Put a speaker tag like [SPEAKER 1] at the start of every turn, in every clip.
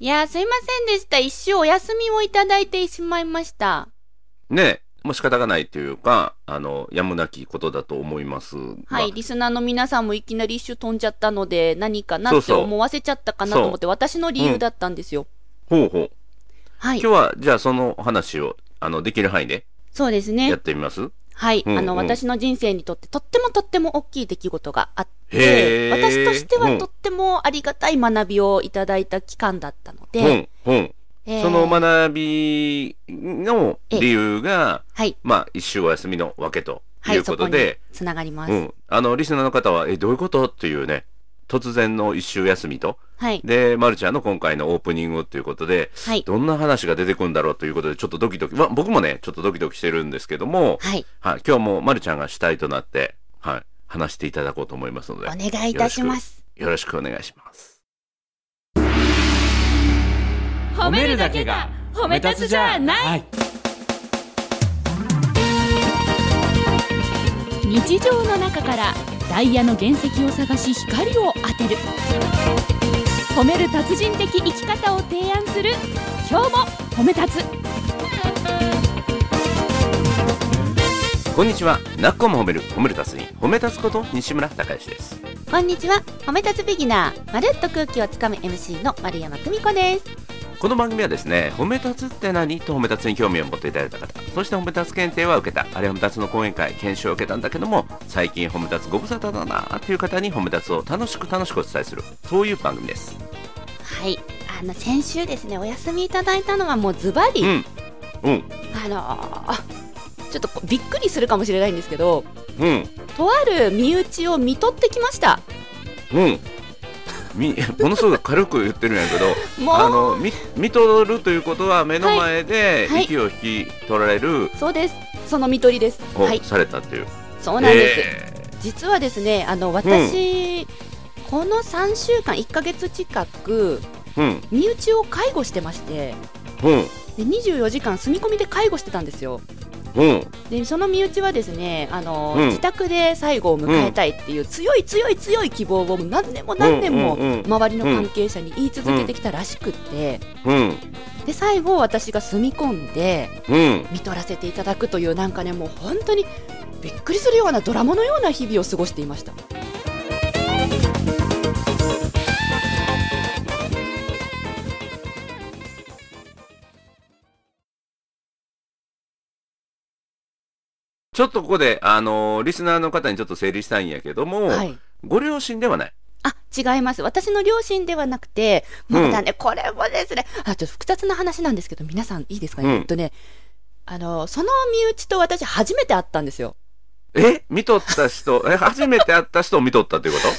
[SPEAKER 1] いやー、すいませんでした。一周お休みをいただいてしまいました。
[SPEAKER 2] ね、もう仕方がないというか、あの、やむなきことだと思いますが。
[SPEAKER 1] はい、リスナーの皆さんもいきなり一周飛んじゃったので、何かな
[SPEAKER 2] そう
[SPEAKER 1] って
[SPEAKER 2] そう
[SPEAKER 1] 思わせちゃったかなと思って、私の理由だったんですよ。
[SPEAKER 2] ほうほう。
[SPEAKER 1] はい
[SPEAKER 2] 今日、は、じゃあその話を、あの、できる範囲で
[SPEAKER 1] そうです
[SPEAKER 2] やっ
[SPEAKER 1] ね。
[SPEAKER 2] てみます
[SPEAKER 1] はい、
[SPEAKER 2] うん
[SPEAKER 1] あの、
[SPEAKER 2] うん
[SPEAKER 1] 私の人生にとってとってもとっても大きい出来事があっ
[SPEAKER 2] へ
[SPEAKER 1] て、
[SPEAKER 2] ー
[SPEAKER 1] 私として
[SPEAKER 2] う
[SPEAKER 1] は
[SPEAKER 2] ん
[SPEAKER 1] とってもありがたい学びをいただいた期間だったの
[SPEAKER 2] う
[SPEAKER 1] で、
[SPEAKER 2] ん、うん。
[SPEAKER 1] えー
[SPEAKER 2] その学びの理由が、
[SPEAKER 1] はい、
[SPEAKER 2] まあ、一週お休みのわけと
[SPEAKER 1] はいい、
[SPEAKER 2] う
[SPEAKER 1] そ
[SPEAKER 2] こ
[SPEAKER 1] ことに
[SPEAKER 2] で、
[SPEAKER 1] つながります。
[SPEAKER 2] うん。あの、リスナーの方は、え、どういうことっていうね、突然の一週休みと、
[SPEAKER 1] はい、
[SPEAKER 2] で、まるちゃんの今回のオープニングということで、
[SPEAKER 1] はい、
[SPEAKER 2] どんな話が出てくるんだろうということで、ちょっとドキドキ、まあ、僕もね、ちょっとドキドキしてるんですけども、
[SPEAKER 1] はい、
[SPEAKER 2] はい、今日もまるちゃんが主体となって、はい、話していただこうと思いますの
[SPEAKER 1] お
[SPEAKER 2] で、
[SPEAKER 1] 願いいたします。
[SPEAKER 2] よろしくお願いします。
[SPEAKER 3] は
[SPEAKER 1] 褒
[SPEAKER 3] い、
[SPEAKER 4] 日常の中からダイヤの原石を探し光を当てる褒める達人的生き方を提案する今日も褒め立つ
[SPEAKER 2] こんにちは、なっこも褒める、褒めるたすに、褒めたすこと西村孝之です。
[SPEAKER 1] こんにちは褒め立つビギナーまるっと空気をつかむ MC の丸山久美子です
[SPEAKER 2] この番組はですね、褒め立つって何と褒め立つに興味を持っていただいた方、そして褒め立つ検定は受けた、あれ褒め立つの講演会、研修を受けたんだけども、最近褒め立つご無沙汰だなっていう方に褒め立つを楽しく楽しくお伝えする、そういう番組です。
[SPEAKER 1] はいあの先週ですねお休みいただいたのはもうズバリ、
[SPEAKER 2] うん。うん。
[SPEAKER 1] あのーちょっとこうびっくりするかもしれないんですけど
[SPEAKER 2] うん。
[SPEAKER 1] とある身内を見とってきました
[SPEAKER 2] うん。み ものすごく軽く言ってるんやけど、
[SPEAKER 1] もう
[SPEAKER 2] あの見見とるということは目の前で
[SPEAKER 1] はいはい
[SPEAKER 2] 息を引き取られる
[SPEAKER 1] そうですその見取りです
[SPEAKER 2] を
[SPEAKER 1] はい
[SPEAKER 2] されたっていう。
[SPEAKER 1] そうなんです、
[SPEAKER 2] え
[SPEAKER 1] 実はですねあの私、この3週間1ヶ月近く
[SPEAKER 2] ーうん
[SPEAKER 1] 身内を介護してまして
[SPEAKER 2] うん
[SPEAKER 1] で24時間住み込みで介護してたんですよ
[SPEAKER 2] うん
[SPEAKER 1] でその身内はですねあの、
[SPEAKER 2] うん
[SPEAKER 1] 自宅で最後を迎えたいっていう強い強い強い希望を何年も何年
[SPEAKER 2] う
[SPEAKER 1] も
[SPEAKER 2] んうんうん
[SPEAKER 1] 周りの関係者に言い続けてきたらしくって
[SPEAKER 2] うん
[SPEAKER 1] で最後私が住み込んで
[SPEAKER 2] うん
[SPEAKER 1] 見取らせていただくというなんかねもう本当にびっくりするようなドラマのような日々を過ごしていました
[SPEAKER 2] ちょっとここであのーリスナーの方にちょっと整理したいんやけども、
[SPEAKER 1] はい
[SPEAKER 2] ご両親ではない。
[SPEAKER 1] あ、違います。私の両親ではなくて、
[SPEAKER 2] うん
[SPEAKER 1] まだね、これもですね、あ、ちょっと複雑な話なんですけど、皆さんいいですかね、
[SPEAKER 2] うん
[SPEAKER 1] えっとね、あの、その身内と私初めて会ったんですよ。
[SPEAKER 2] え見とった人え初めて会った人を見とったっていうこ
[SPEAKER 1] そう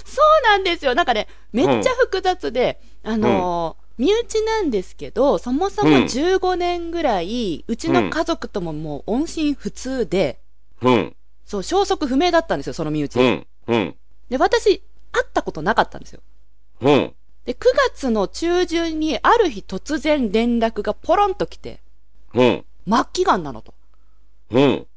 [SPEAKER 1] なんですよ。なんかね、めっちゃ複雑で、あの、身内なんですけど、そもそも
[SPEAKER 2] うん
[SPEAKER 1] 15年ぐらい、うちの家族とももう音信不通で、
[SPEAKER 2] と？うん
[SPEAKER 1] そう、消息不明だったんですよ、その身内。
[SPEAKER 2] うんうん
[SPEAKER 1] で、私、会ったことなかったんですよ。
[SPEAKER 2] うん
[SPEAKER 1] で、9月の中旬に、ある日突然連絡がポロンと来て、
[SPEAKER 2] うん
[SPEAKER 1] 末期がんなのと。
[SPEAKER 2] うん
[SPEAKER 1] え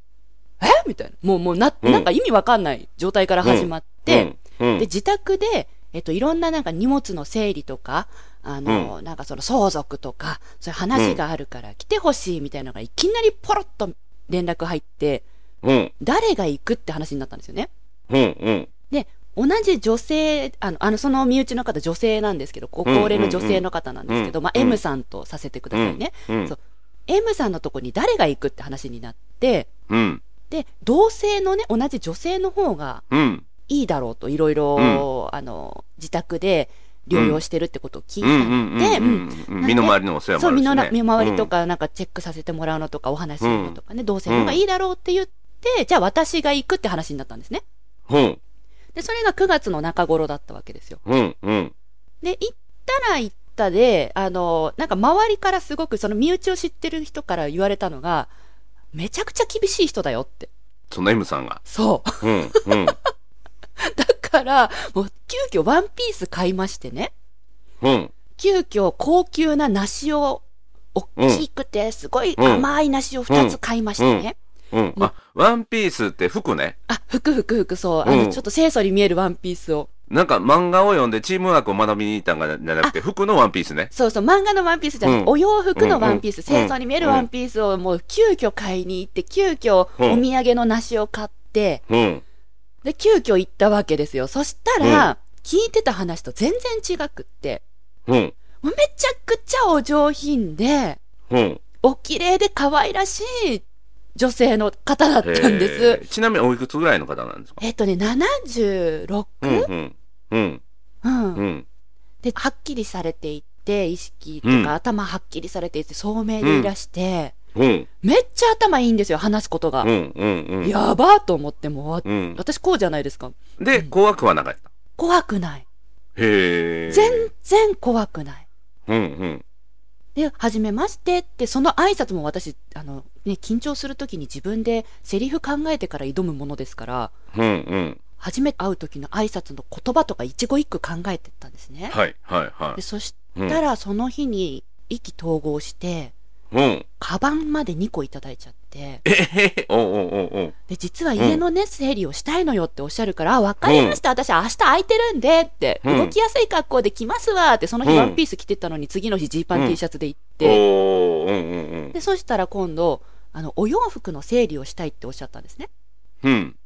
[SPEAKER 1] みたいな。もう、もうな、
[SPEAKER 2] うん
[SPEAKER 1] なんか意味わかんない状態から始まって、
[SPEAKER 2] うんうん
[SPEAKER 1] で、自宅で、えっと、いろんななんか荷物の整理とか、あの、なんかその相続とか、そういう話があるから来てほしいみたいなのがいきなりポロッと連絡入って、
[SPEAKER 2] うん
[SPEAKER 1] 誰が行くって話になったんですよね。
[SPEAKER 2] うんうん
[SPEAKER 1] で、同じ女性、あの、あの、その身内の方女性なんですけど、ご高齢の女性の方なんですけど、
[SPEAKER 2] うん
[SPEAKER 1] まあ、
[SPEAKER 2] うん
[SPEAKER 1] M さんとさせてくださいね。
[SPEAKER 2] うん
[SPEAKER 1] そう M さんのとこに誰が行くって話になって、
[SPEAKER 2] うん
[SPEAKER 1] で、同性のね、同じ女性の方が
[SPEAKER 2] うん
[SPEAKER 1] いいだろうと、いろいろ、あの、自宅で療養してるってことを聞いたので、うん
[SPEAKER 2] うん身の回りのお世話も
[SPEAKER 1] そう、
[SPEAKER 2] ある
[SPEAKER 1] 身
[SPEAKER 2] し、ね。
[SPEAKER 1] のな身回りとか、なんかチェックさせてもらうのとか、お話しするのとかね、同性の方がいいだろうって言って、じゃあ私が行くって話になったんですね。
[SPEAKER 2] うん。
[SPEAKER 1] で、それが9月の中頃だったわけですよ。
[SPEAKER 2] うん、うん、
[SPEAKER 1] で、行ったら行ったで、あの、なんか周りからすごく、その身内を知ってる人から言われたのが、めちゃくちゃ厳しい人だよって。
[SPEAKER 2] その M さんが。
[SPEAKER 1] そう。
[SPEAKER 2] うん、う ん、
[SPEAKER 1] だから、もう急遽ワンピース買いましてね、
[SPEAKER 2] うん、
[SPEAKER 1] 急遽高級な梨を、大きくてすごい甘い梨を2つ買いましてね。
[SPEAKER 2] うん。あ、ワンピースって服ね。
[SPEAKER 1] あ、服服服そう。あ
[SPEAKER 2] う
[SPEAKER 1] の、
[SPEAKER 2] ん
[SPEAKER 1] ちょっと清楚に見えるワンピースを。
[SPEAKER 2] なんか漫画を読んでチームワークを学びに行ったんがじゃなくて、服のワンピースね。
[SPEAKER 1] そうそう、漫画のワンピースじゃなくて、
[SPEAKER 2] うん
[SPEAKER 1] お洋服のワンピース、
[SPEAKER 2] うんうん
[SPEAKER 1] 清掃に見えるワンピースをもう急遽買いに行って、急遽
[SPEAKER 2] うん
[SPEAKER 1] お土産の梨を買って、
[SPEAKER 2] うん。
[SPEAKER 1] で、急遽行ったわけですよ。そしたら、聞いてた話と全然違くって、
[SPEAKER 2] うん。
[SPEAKER 1] もうめちゃくちゃお上品で、
[SPEAKER 2] うん。
[SPEAKER 1] お綺麗で可愛らしい女性の方だったんです
[SPEAKER 2] え。ーちなみにおいくつぐらいの方なんですか
[SPEAKER 1] えっとね、76?
[SPEAKER 2] うんうん。うん。
[SPEAKER 1] うん
[SPEAKER 2] うん。
[SPEAKER 1] で、はっきりされていて、意識と
[SPEAKER 2] うん
[SPEAKER 1] か頭はっきりされていて、聡明でいらして、
[SPEAKER 2] うん。
[SPEAKER 1] めっちゃ頭いいんですよ、話すことが。
[SPEAKER 2] うん。うん。うん。
[SPEAKER 1] やばーと思って、もうわ、
[SPEAKER 2] うん。
[SPEAKER 1] 私こうじゃないですか。
[SPEAKER 2] で、紅白はなかった。
[SPEAKER 1] 怖くない。
[SPEAKER 2] へえ。
[SPEAKER 1] 全然怖くない。
[SPEAKER 2] うん。
[SPEAKER 1] で、はじめましてって、その挨拶も私、あの、ね、緊張するときに自分でセリフ考えてから挑むものですから、
[SPEAKER 2] うん。うん。うん。
[SPEAKER 1] 初めて会う時の挨拶の言葉とか一語一句考えてったんですね。
[SPEAKER 2] はい。はい。は
[SPEAKER 1] でそし
[SPEAKER 2] い。うん
[SPEAKER 1] たら、その日に意気投合して、
[SPEAKER 2] うん。
[SPEAKER 1] カバンまで2個いただいちゃって、
[SPEAKER 2] えへへ。おうおうおうおう。
[SPEAKER 1] で、実は家のね、整理をしたいのよっておっしゃるから、あわかりました、私明日空いてるんでって、
[SPEAKER 2] うん
[SPEAKER 1] 動きやすい格好で来ますわって、その日
[SPEAKER 2] うん
[SPEAKER 1] ワンピース着てったのに、次の日ジーパ
[SPEAKER 2] う
[SPEAKER 1] ン
[SPEAKER 2] ん
[SPEAKER 1] T シャツで行って、
[SPEAKER 2] おーうんうんうん。
[SPEAKER 1] で、そしたら今度、あの、お洋服の整理をしたいっておっしゃったんですね。
[SPEAKER 2] うん。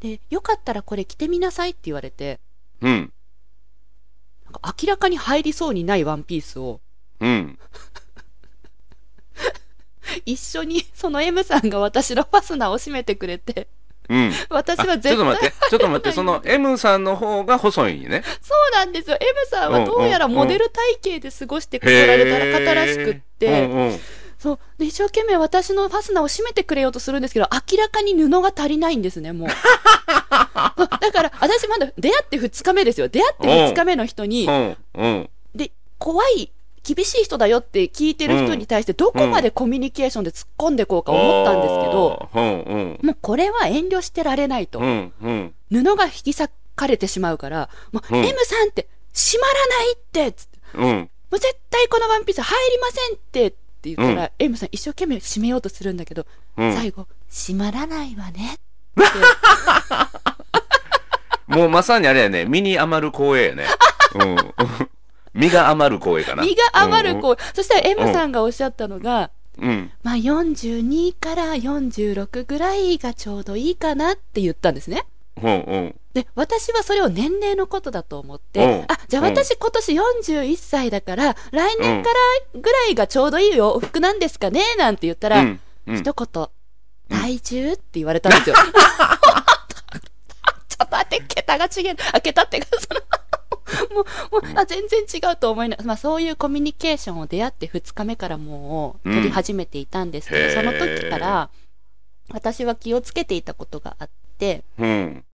[SPEAKER 1] で、よかったらこれ着てみなさいって言われて、
[SPEAKER 2] うん。
[SPEAKER 1] なんか明らかに入りそうにないワンピースを、
[SPEAKER 2] うん。
[SPEAKER 1] 一緒に その M さんが私のファスナーを閉めてくれて、
[SPEAKER 2] うん。
[SPEAKER 1] 私は
[SPEAKER 2] あちょっ
[SPEAKER 1] 絶
[SPEAKER 2] と
[SPEAKER 1] 対、
[SPEAKER 2] 待って、ちょ っと待って、その M さんの方が細いね。
[SPEAKER 1] そうなんですよ。M さんはどうやらモデル体型で過ごしてこられたら方らしくっ
[SPEAKER 2] へー
[SPEAKER 1] て、
[SPEAKER 2] うんうん
[SPEAKER 1] そう。で、一生懸命私のファスナーを閉めてくれようとするんですけど、明らかに布が足りないんですね、 もう。そうだから、私まだ出会って2日目ですよ。出会って2日目の人に、
[SPEAKER 2] うんうん
[SPEAKER 1] で、怖い、厳しい人だよって聞いてる人に対して、どこまでコミュニケーションで突っ込んでこうか思ったんですけど、
[SPEAKER 2] あーうん
[SPEAKER 1] もうこれは遠慮してられないと。
[SPEAKER 2] うんうんうん
[SPEAKER 1] 布が引き裂かれてしまうから、もう、
[SPEAKER 2] うん
[SPEAKER 1] M さんって、閉まらないってつって
[SPEAKER 2] うん
[SPEAKER 1] もう絶対このワンピース入りませんってって言ったら、M さん一生懸命閉めようとするんだけど、
[SPEAKER 2] うん
[SPEAKER 1] 最後、閉まらないわね。
[SPEAKER 2] もうまさにあれやね、身に余る光栄やね。うん。身が余る光栄かな。
[SPEAKER 1] 身が余る子。そしたら M さんがおっしゃったのが、
[SPEAKER 2] うん。うん。
[SPEAKER 1] まあ42から46ぐらいがちょうどいいかなって言ったんですね。
[SPEAKER 2] うんうん。
[SPEAKER 1] で、私はそれを年齢のことだと思っ
[SPEAKER 2] う
[SPEAKER 1] て
[SPEAKER 2] ん、
[SPEAKER 1] あ、じゃあ私今年41歳だから、来年からぐらいがちょうどいいお服なんですかねなんて言った
[SPEAKER 2] う
[SPEAKER 1] ら、
[SPEAKER 2] ん。うん
[SPEAKER 1] 一言、体重って言われたんです よ。ちょっと待って、桁が違う。あ、桁ってか、その、もう、もう、あ、全然違うと思いなまあ、そういうコミュニケーションを出会って2日目からもう、取り始めていたんですけど、
[SPEAKER 2] うん
[SPEAKER 1] その時から、私は気をつけていたことがあって、
[SPEAKER 2] うん。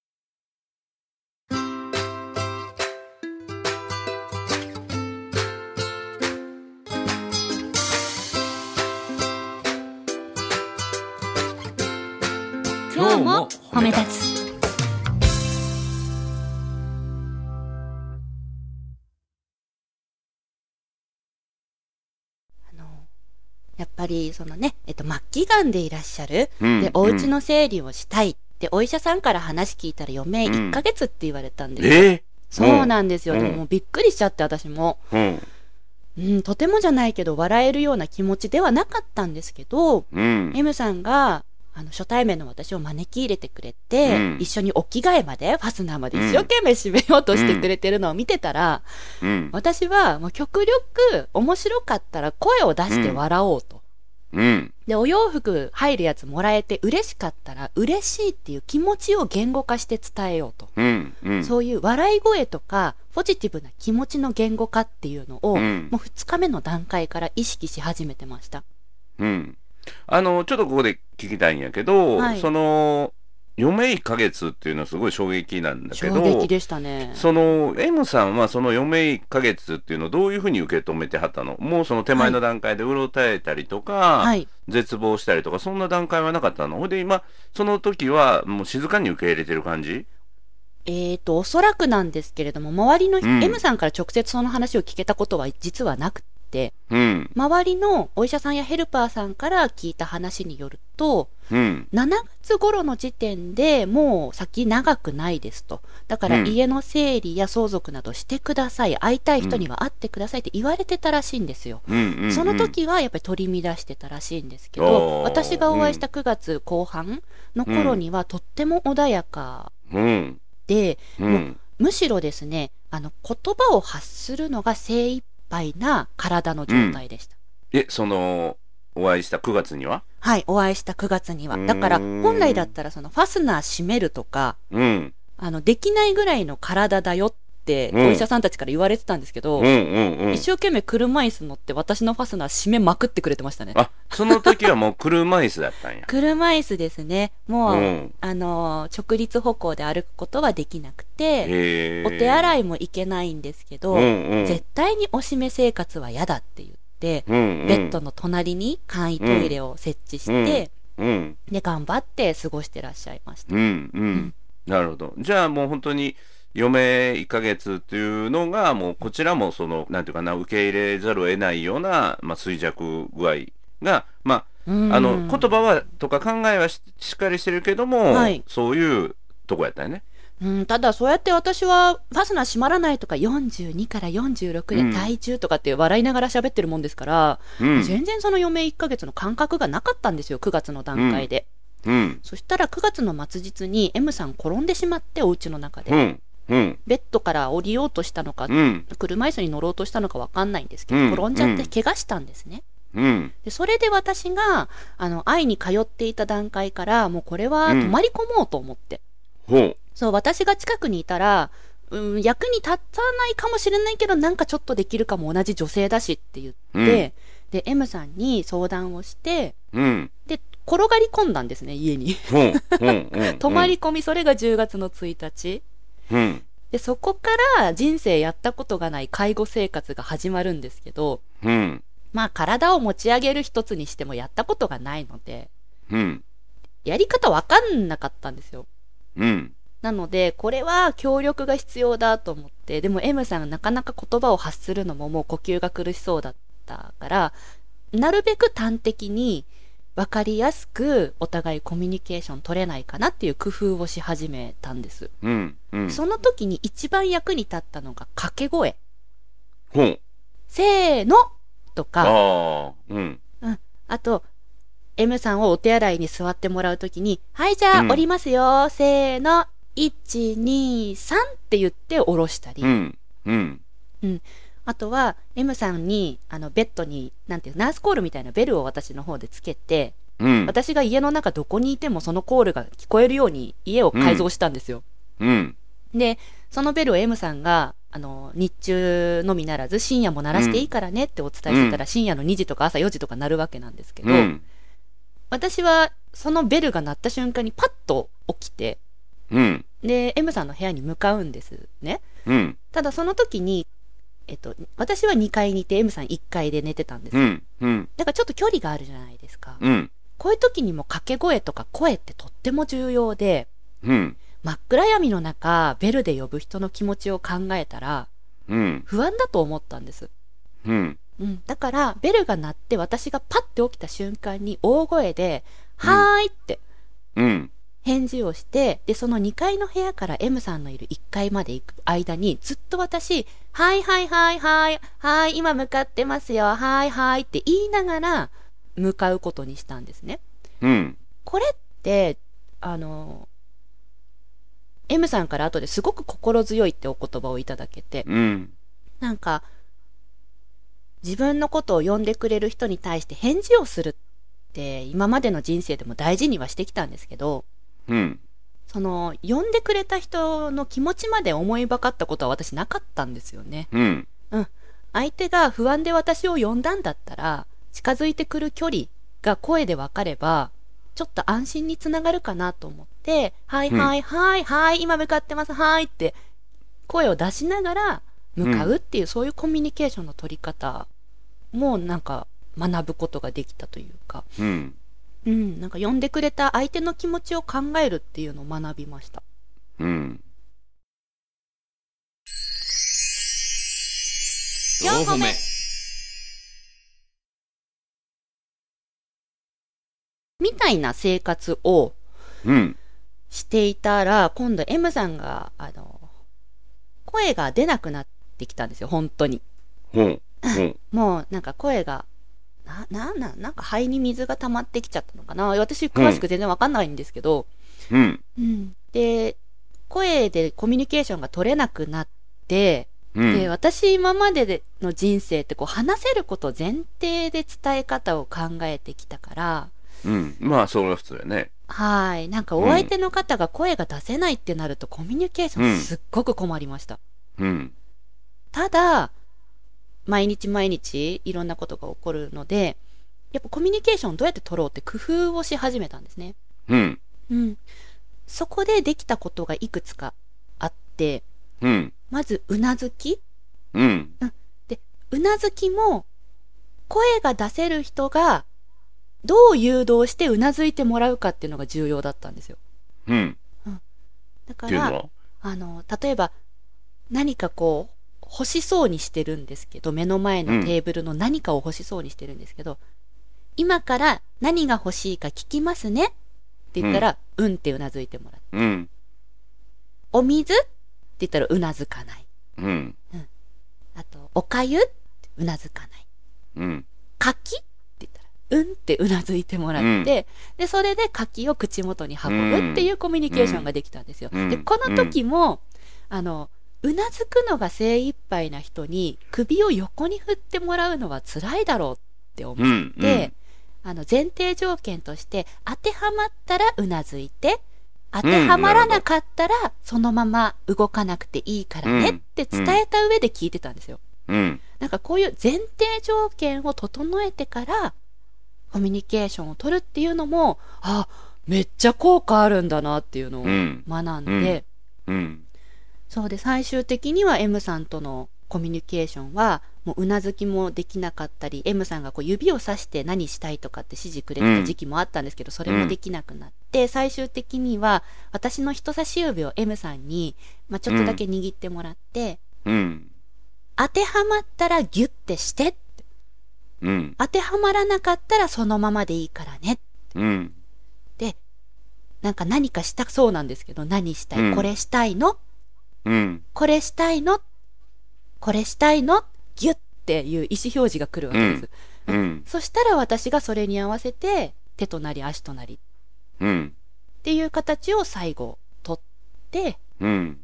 [SPEAKER 4] 今日も褒め立つ
[SPEAKER 1] あの、やっぱり、そのね、えっと、末期がんでいらっしゃる、
[SPEAKER 2] うん。
[SPEAKER 1] で、お家の整理をしたい。で、お医者さんから話聞いたら余命1ヶ月って言われたん
[SPEAKER 2] う
[SPEAKER 1] です
[SPEAKER 2] ん。
[SPEAKER 1] よ
[SPEAKER 2] え
[SPEAKER 1] そうなんですよ。
[SPEAKER 2] うん
[SPEAKER 1] でももうびっくりしちゃって、私も。
[SPEAKER 2] ー
[SPEAKER 1] うん、とてもじゃないけど、笑えるような気持ちではなかったんですけど、
[SPEAKER 2] うん。うん。
[SPEAKER 1] M さんが、あの、初対面の私を招き入れてくれて、
[SPEAKER 2] うん
[SPEAKER 1] 一緒にお着替えまで、ファスナーまで
[SPEAKER 2] うん
[SPEAKER 1] 一生懸命締めようとしてくれてるのを見てたら、
[SPEAKER 2] うん。
[SPEAKER 1] 私は、もう極力、面白かったら声を出して笑おうと。
[SPEAKER 2] うん。
[SPEAKER 1] で、お洋服入るやつもらえて嬉しかったら、嬉しいっていう気持ちを言語化して伝えようと。
[SPEAKER 2] うん。うん。
[SPEAKER 1] そういう笑い声とか、ポジティブな気持ちの言語化っていうのを、
[SPEAKER 2] うん
[SPEAKER 1] もう2日目の段階から意識し始めてました。
[SPEAKER 2] うん。あの、ちょっとここで聞きたいんやけど、
[SPEAKER 1] はい
[SPEAKER 2] その、余命1ヶ月っていうのはすごい衝撃なんだけ
[SPEAKER 1] 衝撃
[SPEAKER 2] ど、
[SPEAKER 1] でしたね。
[SPEAKER 2] その M さんはその余命1ヶ月っていうのをどういうふうに受け止めてはったのもうその手前の段階でうろたえたりとか、
[SPEAKER 1] はい。
[SPEAKER 2] 絶望したりとか、そんな段階はなかったのほいで今、その時はもう静かに受け入れてる感じ
[SPEAKER 1] えっ、と、おそらくなんですけれども、周りの人、
[SPEAKER 2] うん
[SPEAKER 1] M さんから直接その話を聞けたことは実はなくて、
[SPEAKER 2] うん。
[SPEAKER 1] 周りのお医者さんやヘルパーさんから聞いた話によると、
[SPEAKER 2] うん。
[SPEAKER 1] 7月頃の時点でもう先長くないですと。だから
[SPEAKER 2] うん
[SPEAKER 1] 家の整理や相続などしてください。会いたい人には会ってくださいって言われてたらしいんですよ。
[SPEAKER 2] うん。うん。
[SPEAKER 1] その時はやっぱり取り乱してたらしいんですけ
[SPEAKER 2] お
[SPEAKER 1] ど、
[SPEAKER 2] ー
[SPEAKER 1] 私がお会いした9月後半の頃にはとっても穏やか
[SPEAKER 2] うん。
[SPEAKER 1] で、
[SPEAKER 2] うん。
[SPEAKER 1] むしろですね、あの、言葉を発するのが精一杯な体の状態でした。
[SPEAKER 2] え、その、お会いした9月には
[SPEAKER 1] はい、お会いした9月には。だから、
[SPEAKER 2] うーん
[SPEAKER 1] 本来だったらそのファスナー閉めるとか、
[SPEAKER 2] うん。
[SPEAKER 1] あの、できないぐらいの体だよって、
[SPEAKER 2] うん
[SPEAKER 1] お医者さんたちから言われてたんですけど、
[SPEAKER 2] うんうんうん
[SPEAKER 1] 一。生懸命車椅子乗って私のファスナー閉めまくってくれてましたね。
[SPEAKER 2] あ、その時はもう車椅子だったんや。
[SPEAKER 1] 車椅子ですね。 もう、
[SPEAKER 2] うん。
[SPEAKER 1] あのー、直立歩行で歩くことはできなくて、
[SPEAKER 2] へえ。
[SPEAKER 1] お手洗
[SPEAKER 2] い
[SPEAKER 1] いも行けないんですけど、
[SPEAKER 2] うんうん。
[SPEAKER 1] 絶対におしめ生活は嫌だって言って、
[SPEAKER 2] うんうん。
[SPEAKER 1] ベッドの隣に簡易トイレを設置して、
[SPEAKER 2] うん。
[SPEAKER 1] で、頑張って過ごしてらっしゃいました。
[SPEAKER 2] うんうんん。なるほど。じゃあもう本当に、嫁1ヶ月っていうのが、もうこちらもその、なんていうかな、受け入れざるを得ないような、まあ、衰弱具合が、まあ、
[SPEAKER 1] うん
[SPEAKER 2] あの言葉はとか考えはししっかりしてるけども、
[SPEAKER 1] はい
[SPEAKER 2] そういうとこやったよね。
[SPEAKER 1] うん、ただそうやって私はファスナー閉まらないとか42から46
[SPEAKER 2] うん
[SPEAKER 1] で体重とかって笑いながら喋ってるもんですから、
[SPEAKER 2] うん
[SPEAKER 1] 全然その嫁1ヶ月の感覚がなかったんですよ9月の段階で、
[SPEAKER 2] うん
[SPEAKER 1] そしたら9月の末日に M さん転んでしまってお家の中で、
[SPEAKER 2] うんうん
[SPEAKER 1] ベッドから降りようとしたのか、
[SPEAKER 2] うん
[SPEAKER 1] 車椅子に乗ろうとしたのかわかんないんですけど、
[SPEAKER 2] うん
[SPEAKER 1] 転んじゃって怪我したんですね
[SPEAKER 2] うん
[SPEAKER 1] でそれで私があの会いに通っていた段階からもうこれは泊まり込もうと思って、
[SPEAKER 2] ほう
[SPEAKER 1] そう、私が近くにいたら、うん、役に立たないかもしれないけど、なんかちょっとできるかも同じ女性だしって言って、
[SPEAKER 2] うん
[SPEAKER 1] で、M さんに相談をして、
[SPEAKER 2] うん
[SPEAKER 1] で、転がり込んだんですね、家に。
[SPEAKER 2] ほうほうほう
[SPEAKER 1] 泊まり込み、それが10月の1日。
[SPEAKER 2] うん
[SPEAKER 1] で、そこから人生やったことがない介護生活が始まるんですけど、
[SPEAKER 2] うん
[SPEAKER 1] まあ、体を持ち上げる一つにしてもやったことがないので、
[SPEAKER 2] うん
[SPEAKER 1] やり方わかんなかったんですよ。
[SPEAKER 2] うん
[SPEAKER 1] なので、これは協力が必要だと思って、でも M さんがなかなか言葉を発するのももう呼吸が苦しそうだったから、なるべく端的に分かりやすくお互いコミュニケーション取れないかなっていう工夫をし始めたんです。
[SPEAKER 2] うんうん
[SPEAKER 1] その時に一番役に立ったのが掛け声。
[SPEAKER 2] ほう
[SPEAKER 1] せーのと
[SPEAKER 2] あ
[SPEAKER 1] か、
[SPEAKER 2] あうん
[SPEAKER 1] あと、M さんをお手洗いに座ってもらう時に、はい、じゃあ
[SPEAKER 2] うん
[SPEAKER 1] 降りますよ、せーの、1、2、3って言って降ろしたり、
[SPEAKER 2] うんうん
[SPEAKER 1] あとは、M さんに、あの、ベッドに、なんていう、ナースコールみたいなベルを私の方でつけて、
[SPEAKER 2] うん
[SPEAKER 1] 私が家の中どこにいてもそのコールが聞こえるように家を改造したんですよ。
[SPEAKER 2] うん
[SPEAKER 1] で、そのベルを M さんが、あの、日中のみならず深夜も鳴らしていいからねってお伝えしてたら、深夜の2時とか朝4時とか鳴るわけなんですけど、
[SPEAKER 2] うん
[SPEAKER 1] 私はそのベルが鳴った瞬間にパッと起きて、
[SPEAKER 2] うん
[SPEAKER 1] で、M さんの部屋に向かうんですね。
[SPEAKER 2] うん
[SPEAKER 1] ただその時に、えっと、私は2階にいて M さん1階で寝てたんです。
[SPEAKER 2] うんうん
[SPEAKER 1] だからちょっと距離があるじゃないですか。
[SPEAKER 2] うん
[SPEAKER 1] こういう時にも掛け声とか声ってとっても重要で、
[SPEAKER 2] うん
[SPEAKER 1] 真っ暗闇の中、ベルで呼ぶ人の気持ちを考えたら、
[SPEAKER 2] うん
[SPEAKER 1] 不安だと思ったんです。
[SPEAKER 2] うん
[SPEAKER 1] うん。だから、ベルが鳴って私がパッて起きた瞬間に大声で、はーいって
[SPEAKER 2] うん
[SPEAKER 1] 返事をして、で、その2階の部屋から M さんのいる1階まで行く間に、ずっと私、はいはいはいはい、はい、今向かってますよ、はいはいって言いながら、向かうことにしたんですね。
[SPEAKER 2] うん
[SPEAKER 1] これって、あの、M さんから後ですごく心強いってお言葉をいただけて、
[SPEAKER 2] うん
[SPEAKER 1] なんか、自分のことを呼んでくれる人に対して返事をするって、今までの人生でも大事にはしてきたんですけど、
[SPEAKER 2] うん
[SPEAKER 1] その、呼んでくれた人の気持ちまで思いばかったことは私なかったんですよね。
[SPEAKER 2] うん
[SPEAKER 1] 相手が不安で私を呼んだんだったら、近づいてくる距離が声で分かれば、ちょっと安心につながるかなと思って、はい
[SPEAKER 2] うん
[SPEAKER 1] はいはいはい、今向かってます、はいって、声を出しながら向かうっていう、そういうコミュニケーションの取り方もなんか学ぶことができたというか、
[SPEAKER 2] うん
[SPEAKER 1] うん、なんか呼んでくれた相手の気持ちを考えるっていうのを学びました。
[SPEAKER 2] うん。
[SPEAKER 1] 四歩目みたいな生活を
[SPEAKER 2] うん。
[SPEAKER 1] していたら、今度 M さんが、あの、声が出なくなってきたんですよ、本当に。
[SPEAKER 2] ほう。ほう。
[SPEAKER 1] もうなんか声が、な、なんなん、なんか肺に水が溜まってきちゃったのかな私詳しく全然わかんないんですけど、
[SPEAKER 2] うん。
[SPEAKER 1] うんで、声でコミュニケーションが取れなくなって、
[SPEAKER 2] う
[SPEAKER 1] で、
[SPEAKER 2] ん。
[SPEAKER 1] 私今まででの人生ってこう話せることを前提で伝え方を考えてきたから、
[SPEAKER 2] うん。まあ、それは普通やね。
[SPEAKER 1] はい。なんかお相手の方が声が出せないってなるとコミュニケーショ
[SPEAKER 2] う
[SPEAKER 1] ン
[SPEAKER 2] ん
[SPEAKER 1] すっごく困りました。
[SPEAKER 2] うん。
[SPEAKER 1] ただ、毎日毎日いろんなことが起こるので、やっぱコミュニケーションどうやって取ろうって工夫をし始めたんですね。
[SPEAKER 2] うん。
[SPEAKER 1] うん。そこでできたことがいくつかあって、
[SPEAKER 2] うん。
[SPEAKER 1] まず、うなずき
[SPEAKER 2] うん。
[SPEAKER 1] うなずきも、声が出せる人が、どう誘導してうなずいてもらうかっていうのが重要だったんですよ。
[SPEAKER 2] うん。
[SPEAKER 1] だ
[SPEAKER 2] っ
[SPEAKER 1] か
[SPEAKER 2] ていう
[SPEAKER 1] ら
[SPEAKER 2] の、は
[SPEAKER 1] あの、例えば、何かこう、欲しそうにしてるんですけど、目の前のテーブルの何かを欲しそうにしてるんですけど、今から何が欲しいか聞きますねって言ったら、うん、ってうなずいてもらう。
[SPEAKER 2] うん。
[SPEAKER 1] お水って言ったらうなずかない。
[SPEAKER 2] うん。
[SPEAKER 1] あと、おかゆってうなずかない。
[SPEAKER 2] うん。
[SPEAKER 1] 柿って言ったら、うんってうなずいてもらって、
[SPEAKER 2] うん
[SPEAKER 1] で、それで柿を口元に運ぶっていうコミュニケーションができたんですよ。
[SPEAKER 2] うん
[SPEAKER 1] で、この時も、あの、うなずくのが精一杯な人に首を横に振ってもらうのは辛いだろうって思
[SPEAKER 2] う
[SPEAKER 1] っ
[SPEAKER 2] ん。
[SPEAKER 1] て、あの、前提条件として、当てはまったらうなずいて、当てはまらなかったら、そのまま動かなくていいからねって伝えた上で聞いてたんですよ。
[SPEAKER 2] うん。
[SPEAKER 1] なんかこういう前提条件を整えてから、コミュニケーションを取るっていうのも、あ、めっちゃ効果あるんだなっていうのを
[SPEAKER 2] うん。
[SPEAKER 1] 学んで、
[SPEAKER 2] うんうん。
[SPEAKER 1] そうで最終的には M さんとのコミュニケーションは、もううなずきもできなかったり、M さんがこう指をさして何したいとかって指示くれてた時期もあったんですけど、それもできなくなって、最終的には私の人差し指を M さんに、まあ、ちょっとだけ握ってもらって、
[SPEAKER 2] うん。
[SPEAKER 1] 当てはまったらギュッてしてって
[SPEAKER 2] うん。
[SPEAKER 1] 当てはまらなかったらそのままでいいからね。
[SPEAKER 2] うん。
[SPEAKER 1] なんか何かしたそうなんですけど、何したい、
[SPEAKER 2] うん
[SPEAKER 1] これしたいの
[SPEAKER 2] うん。
[SPEAKER 1] これしたいのこれしたいのギュッっていう意思表示が来るわけです。
[SPEAKER 2] うん。
[SPEAKER 1] そしたら私がそれに合わせて、手となり足となり
[SPEAKER 2] うん。
[SPEAKER 1] っていう形を最後取って、
[SPEAKER 2] うん。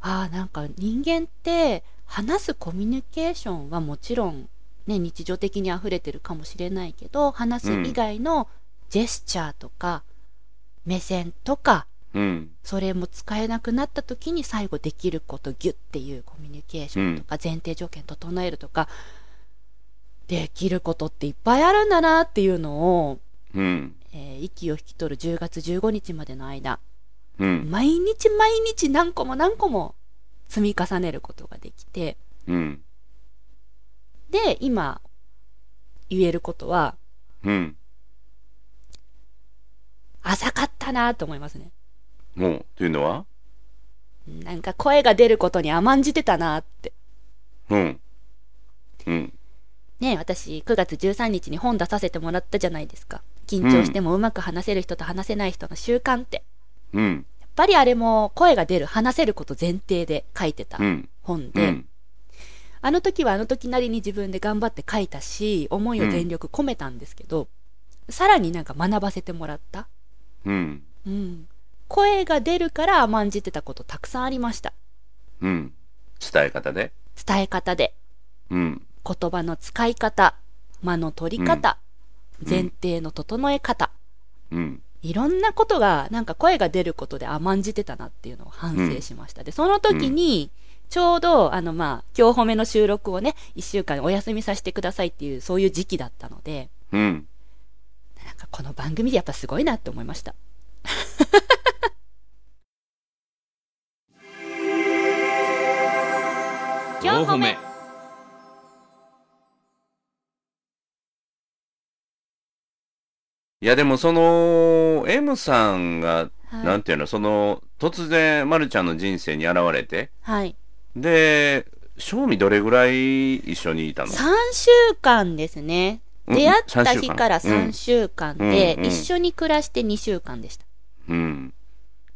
[SPEAKER 1] ああ、なんか人間って話すコミュニケーションはもちろん、ね、日常的に溢れてるかもしれないけど、話す以外のジェスチャーとか、目線とか、
[SPEAKER 2] うん。
[SPEAKER 1] それも使えなくなった時に最後できることギュッていうコミュニケーションとか、前提条件整えるとか、できることっていっぱいあるんだなっていうのを、
[SPEAKER 2] うん。
[SPEAKER 1] えー息を引き取る10月15日までの間、
[SPEAKER 2] う ん。
[SPEAKER 1] 毎日毎日何個も何個も積み重ねることができて、
[SPEAKER 2] うん。
[SPEAKER 1] で、今、言えることは、
[SPEAKER 2] うん。
[SPEAKER 1] 浅かったなと思いますね。
[SPEAKER 2] もう、というのは
[SPEAKER 1] なんか声が出ることに甘んじてたなって。
[SPEAKER 2] うん。うん。
[SPEAKER 1] ねえ私、9月13日に本出させてもらったじゃないですか。緊張してもうまく話せる人と話せない人の習慣って。
[SPEAKER 2] うん。
[SPEAKER 1] やっぱりあれも声が出る、話せること前提で書いてた
[SPEAKER 2] うん。
[SPEAKER 1] 本
[SPEAKER 2] う
[SPEAKER 1] で、
[SPEAKER 2] ん。
[SPEAKER 1] あの時はあの時なりに自分で頑張って書いたし、思いを全力込めたんですけど、さらになんか学ばせてもらった。
[SPEAKER 2] うん。
[SPEAKER 1] うん。声が出るから甘んじてたことたくさんありました。
[SPEAKER 2] うん。伝え方で。
[SPEAKER 1] 伝え方で、
[SPEAKER 2] うん。
[SPEAKER 1] 言葉の使い方、間の取り方、
[SPEAKER 2] うん
[SPEAKER 1] 前提の整え方、
[SPEAKER 2] うん。
[SPEAKER 1] いろんなことが、なんか声が出ることで甘んじてたなっていうのを反省しました。で、その時に、ちょうど、あの、まあ、今日褒めの収録をね、一週間お休みさせてくださいっていう、そういう時期だったので、
[SPEAKER 2] うん。
[SPEAKER 1] なんかこの番組でやっぱすごいなって思いました。
[SPEAKER 4] 4歩目。
[SPEAKER 2] いやでもその M さんが、
[SPEAKER 1] はい。
[SPEAKER 2] なんていうのその突然まるちゃんの人生に現れて
[SPEAKER 1] はい。
[SPEAKER 2] で正味どれぐらい一緒にいたの
[SPEAKER 1] 3週間ですね。
[SPEAKER 2] うん
[SPEAKER 1] 出会った日から
[SPEAKER 2] 三
[SPEAKER 1] 3
[SPEAKER 2] 週
[SPEAKER 1] 週間で、
[SPEAKER 2] うんうんうん
[SPEAKER 1] 一緒に暮らして2週間でした。
[SPEAKER 2] 間うんうん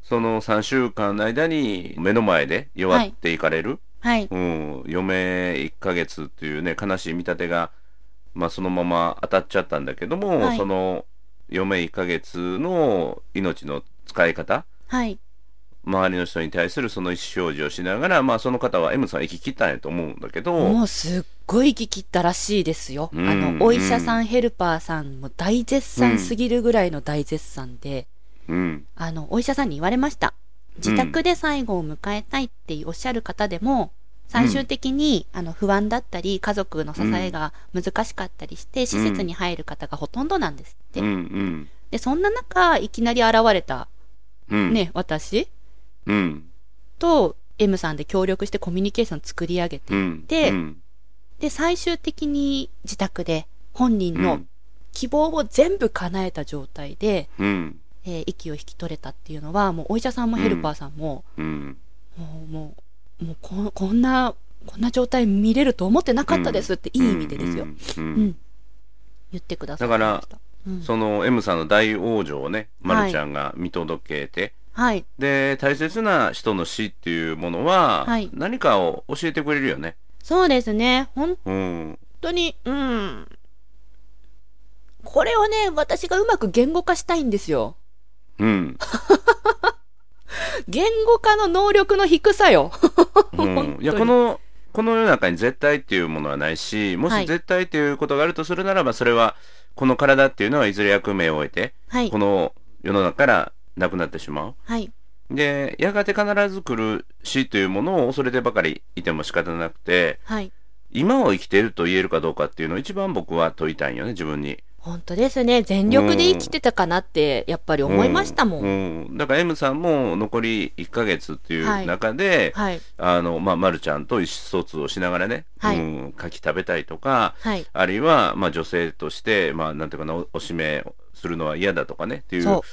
[SPEAKER 2] その3週間の間に目の前で弱っていかれる、
[SPEAKER 1] はい。
[SPEAKER 2] うん、余命1ヶ月っていうね、悲しい見立てが、まあ、そのまま当たっちゃったんだけども、
[SPEAKER 1] はい
[SPEAKER 2] その余命1ヶ月の命の使い方、
[SPEAKER 1] はい。
[SPEAKER 2] 周りの人に対するその意思表示をしながら、まあ、その方は M さん生き切ったんやと思うんだけど、
[SPEAKER 1] もうすっごい生き切ったらしいですよ。あ
[SPEAKER 2] うん
[SPEAKER 1] の、お医者さん、ヘルパーさんも大絶賛すぎるぐらいの大絶賛で、
[SPEAKER 2] うん、
[SPEAKER 1] あの、お医者さんに言われました。自宅で最後を迎えたいっておっしゃる方でも、最終的に、あの、不安だったり、家族の支えが難しかったりして、施設に入る方がほとんどなんですって。
[SPEAKER 2] うん、うん、
[SPEAKER 1] で、そんな中、いきなり現れた、
[SPEAKER 2] うん、
[SPEAKER 1] ね、私
[SPEAKER 2] うん、
[SPEAKER 1] と M さんで協力してコミュニケーション作り上げて、
[SPEAKER 2] うん、
[SPEAKER 1] で
[SPEAKER 2] うん、
[SPEAKER 1] で、最終的に自宅で本人
[SPEAKER 2] う
[SPEAKER 1] の
[SPEAKER 2] ん、
[SPEAKER 1] 希望を全部叶えた状態で、
[SPEAKER 2] うん、
[SPEAKER 1] えー息を引き取れたっていうのは、もうお医者さんもヘルパーさんも、
[SPEAKER 2] うん、
[SPEAKER 1] もう、もう、もうこ、こんな、こんな状態見れると思ってなかったですって、いい意味でですよ。
[SPEAKER 2] うん。うん
[SPEAKER 1] うん。言ってくださいました。
[SPEAKER 2] だから
[SPEAKER 1] うん、
[SPEAKER 2] その M さんの大往生をね、まるちゃんが見届けて、
[SPEAKER 1] はい。
[SPEAKER 2] で、大切な人の死っていうものは、
[SPEAKER 1] はい
[SPEAKER 2] 何かを教えてくれるよね。
[SPEAKER 1] そうですね。本
[SPEAKER 2] うん。
[SPEAKER 1] 当に、うん。これをね、私がうまく言語化したいんですよ。
[SPEAKER 2] うん。
[SPEAKER 1] 言語化の能力の低さよ。
[SPEAKER 2] うん、い
[SPEAKER 1] 本当に
[SPEAKER 2] や、この、この世の中に絶対っていうものはないし、もし
[SPEAKER 1] はい
[SPEAKER 2] 絶対っていうことがあるとするならば、それは、この体っていうのはいずれ役目を終えて、
[SPEAKER 1] はい
[SPEAKER 2] こ。の世の中からなくなってしま
[SPEAKER 1] はい。
[SPEAKER 2] う。で、やがて必ず来る死というものを恐れてばかりいても仕方なくて、
[SPEAKER 1] はい。
[SPEAKER 2] 今を生きていると言えるかどうかっていうのを一番僕は問いたいんよね、自分に。
[SPEAKER 1] 本当ですね。全力で生きてたかなって、やっぱり思いましたもん。
[SPEAKER 2] ううんだから M さんも残り1ヶ月っていう中で、
[SPEAKER 1] はい。
[SPEAKER 2] あの、まあ、まるちゃんと意思疎通をしながらね、
[SPEAKER 1] はい
[SPEAKER 2] うん、牡蠣食べたいとか、
[SPEAKER 1] はい。
[SPEAKER 2] あるいは、まあ、女性として、まあ、なんていうかな、おおしめするのは嫌だとかね、っていう、
[SPEAKER 1] そ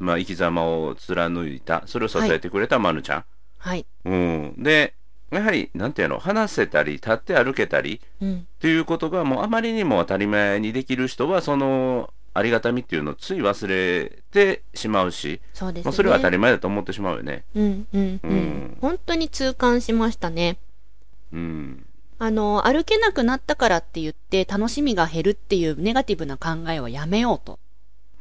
[SPEAKER 1] う
[SPEAKER 2] まあ、生き様を貫いた、それを支えてくれたまるちゃん。
[SPEAKER 1] はい。
[SPEAKER 2] うん。で、やはり、なんていうの、話せたり、立って歩けたり、
[SPEAKER 1] うん。
[SPEAKER 2] っていうことがもうあまりにも当たり前にできる人は、その、ありがたみっていうのをつい忘れてしまうし、
[SPEAKER 1] そうですね。
[SPEAKER 2] まあ、それは当たり前だと思ってしまうよね。
[SPEAKER 1] うん、うん、う
[SPEAKER 2] うんん。
[SPEAKER 1] 本当に痛感しましたね。
[SPEAKER 2] うん。
[SPEAKER 1] あの、歩けなくなったからって言って、楽しみが減るっていうネガティブな考えはやめようと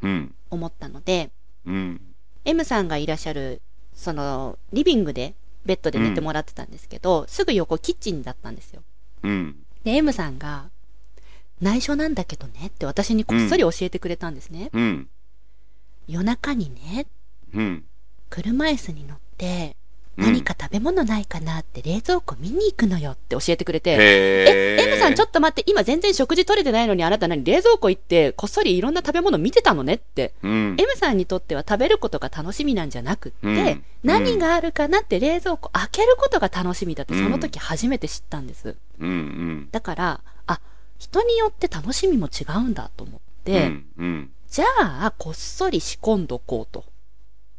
[SPEAKER 2] うん。
[SPEAKER 1] 思ったので、
[SPEAKER 2] うん。
[SPEAKER 1] M さんがいらっしゃる、その、リビングで、ベッドで寝てもらってたんですけど、すぐ横キッチンだったんですよ。
[SPEAKER 2] うん。
[SPEAKER 1] で、M さんが、内緒なんだけどねって私にこっそり教えてくれたんですね。
[SPEAKER 2] うん。
[SPEAKER 1] 夜中にね、
[SPEAKER 2] うん。
[SPEAKER 1] 車椅子に乗って、
[SPEAKER 2] うん
[SPEAKER 1] 何か食べ物ないかなって冷蔵庫見に行くのよって教えてくれて、え、
[SPEAKER 2] へ
[SPEAKER 1] M さんちょ
[SPEAKER 2] っ
[SPEAKER 1] っと待って、今全然食事取れてないのにあなた何冷蔵庫行ってこっそりいろんな食べ物見てたのねって。
[SPEAKER 2] と、うん。
[SPEAKER 1] M さんにとっては食べることが楽しみなんじゃなくって、
[SPEAKER 2] うん
[SPEAKER 1] 何があるかなって冷蔵庫開けることが楽しみだってその時初めて知ったんです。
[SPEAKER 2] うん。うん。
[SPEAKER 1] だから、あ、人によって楽しみも違うんだと思って、
[SPEAKER 2] うん。うん。
[SPEAKER 1] じゃあこっそり仕込んどこうと。